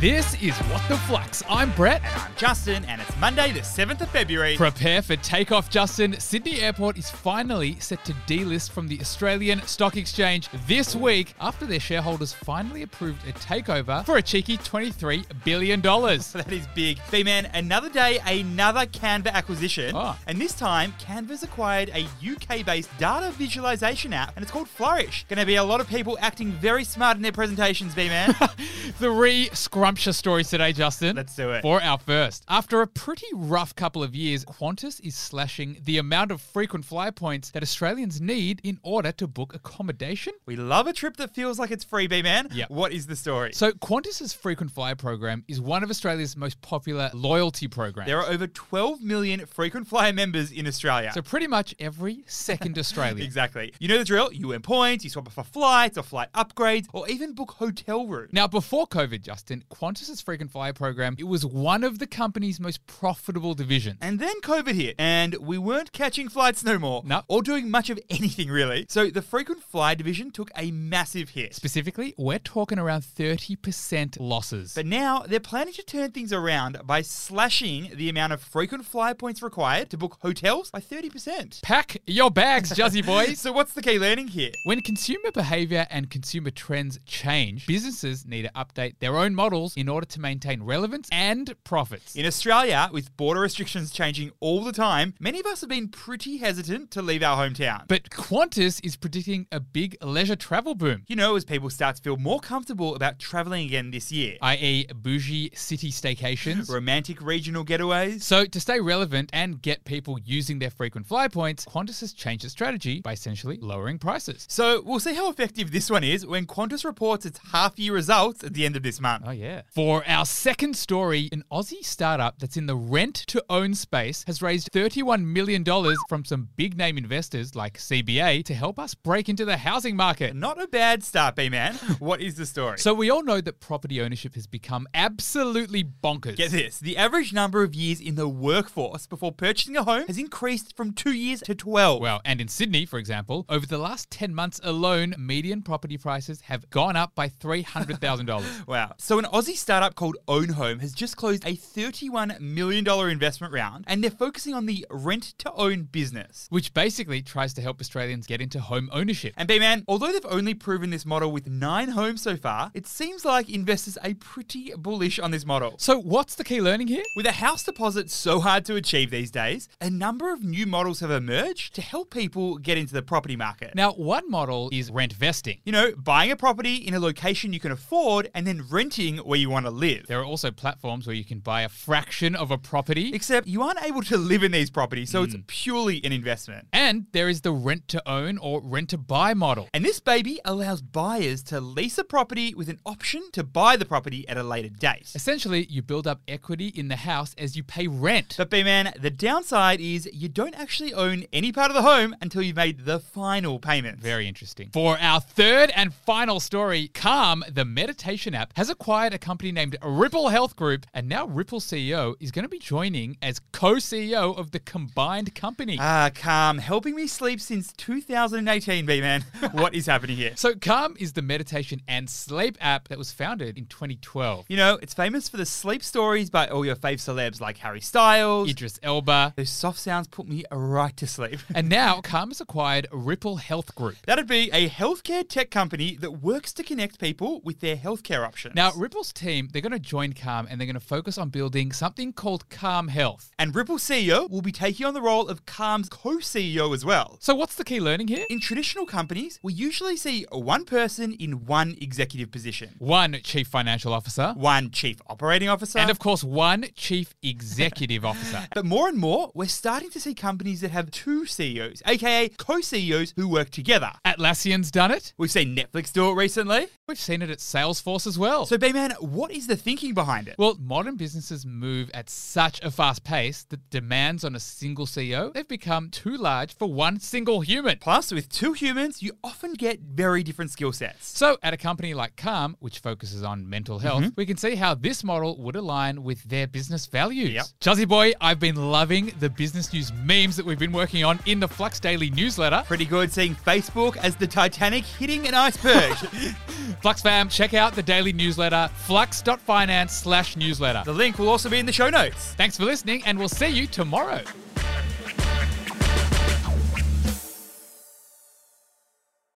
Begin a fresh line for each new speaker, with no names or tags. This is What the Flux. I'm Brett.
And I'm Justin, and it's Monday, the 7th of February.
Prepare for takeoff, Justin. Sydney Airport is finally set to delist from the Australian Stock Exchange this week after their shareholders finally approved a takeover for a cheeky $23 billion.
So that is big. B Man, another day, another Canva acquisition.
Ah.
And this time, Canva's acquired a UK based data visualization app, and it's called Flourish. Going to be a lot of people acting very smart in their presentations, B Man.
Three scrumptious stories today, Justin.
Let's do it.
For our first. After a pretty rough couple of years, Qantas is slashing the amount of frequent flyer points that Australians need in order to book accommodation.
we love a trip that feels like it's free, B Man.
Yep.
What is the story?
So Qantas's frequent flyer program is one of Australia's most popular loyalty programs.
there are over 12 million frequent flyer members in Australia.
so pretty much every second Australian.
Exactly. You know the drill. You earn points, you swap it for flights or flight upgrades, or even book hotel rooms.
Now, before COVID, Justin, Qantas's frequent flyer program, it was one of the company's most profitable divisions.
And then COVID hit, and we weren't catching flights no more.
No.
Or doing much of anything, really. So the frequent flyer division took a massive hit.
Specifically, we're talking around 30% losses.
But now they're planning to turn things around by slashing the amount of frequent flyer points required to book hotels by 30%.
Pack your bags, Juzzy boys.
So, what's the key learning here?
When consumer behavior and consumer trends change, businesses need to update their own models in order to maintain relevance and profits.
In Australia, with border restrictions changing all the time, many of us have been pretty hesitant to leave our hometown.
But Qantas is predicting a big leisure travel boom,
you know, as people start to feel more comfortable about traveling again this year.
i.e., bougie city staycations.
Romantic regional getaways.
So, to stay relevant and get people using their frequent flyer points, Qantas has changed its strategy by essentially lowering prices.
So we'll see how effective this one is when Qantas reports its half year results at the end of this month.
Oh, yeah. For our second story, an Aussie startup that's in the rent to own space has raised $31 million from some big name investors like CBA to help us break into the housing market.
Not a bad start, B man. What is the story?
So, we all know that property ownership has become absolutely bonkers.
Get this the average number of years in the workforce before purchasing a home has increased from two years to 12.
Well, and in Sydney, for example, over the last 10 months alone, median property prices have gone up by $300,000.
Wow. So, an Aussie startup called Own Home has just closed a $31 million investment round, and they're focusing on the rent to own business.
Which basically tries to help Australians get into home ownership.
And B Man, although they've only proven this model with nine homes so far, it seems like investors are pretty bullish on this model.
So, what's the key learning here?
With a house deposit so hard to achieve these days, a number of new models have emerged to help people get into the property market.
Now, one model is rent vesting.
you know, buying a property in a location you can afford and then renting where you want to live.
There are also platforms where you can buy a fraction of a property.
Except you aren't able to live in these properties, so it's purely an investment.
And there is the rent to own or rent to buy model.
And this baby allows buyers to lease a property with an option to buy the property at a later date.
Essentially, you build up equity in the house as you pay rent.
But B man, the downside is you don't actually own any part of the home until you've made the final payment.
Very interesting. For our third and final story, Calm, the meditation app, has acquired a company named Ripple Health Group, and now Ripple CEO is going to be joining as co CEO of the combined company.
Ah, calm, helping me sleep since 2018, B man. what is happening here?
so, Calm is the meditation and sleep app that was founded in 2012.
You know, it's famous for the sleep stories by all your fave celebs like Harry Styles.
Idris Elba.
Those soft sounds put me right to sleep.
And now, Calm has acquired Ripple Health Group.
That'd be a healthcare tech company that works to connect people with their healthcare options.
Now, Ripple's team, they're going to join Calm and they're going to focus on building something called Calm Health.
and Ripple CEO will be taking on the role of Calm's co-CEO as well.
So, what's the key learning here?
In traditional companies, we usually see one person in one executive position,
One chief financial officer,
one chief operating officer,
and of course, one chief executive officer.
but more and more, we're starting to see companies that have two E CEOs, aka co-CEOs E who work together.
Atlassian's done it.
We've seen Netflix do it recently.
We've seen it at Salesforce as well.
So, Bayman, what is the thinking behind it?
well, modern businesses move at such a fast pace that demands on a single CEO, they've become too large for one single human.
Plus, with two humans, you often get very different skill sets.
So, at a company like Calm, which focuses on mental
Mm-hmm.
health, we can see how this model would align with their business values.
Yep.
Juzzy boy, I've been loving the business news memes that we've been working on in the Flux Daily newsletter.
Pretty good seeing Facebook as the Titanic hitting an iceberg.
Flux fam, check out the daily newsletter, flux.finance slash newsletter.
The link will also be in the show notes.
Thanks for listening, and we'll see you tomorrow.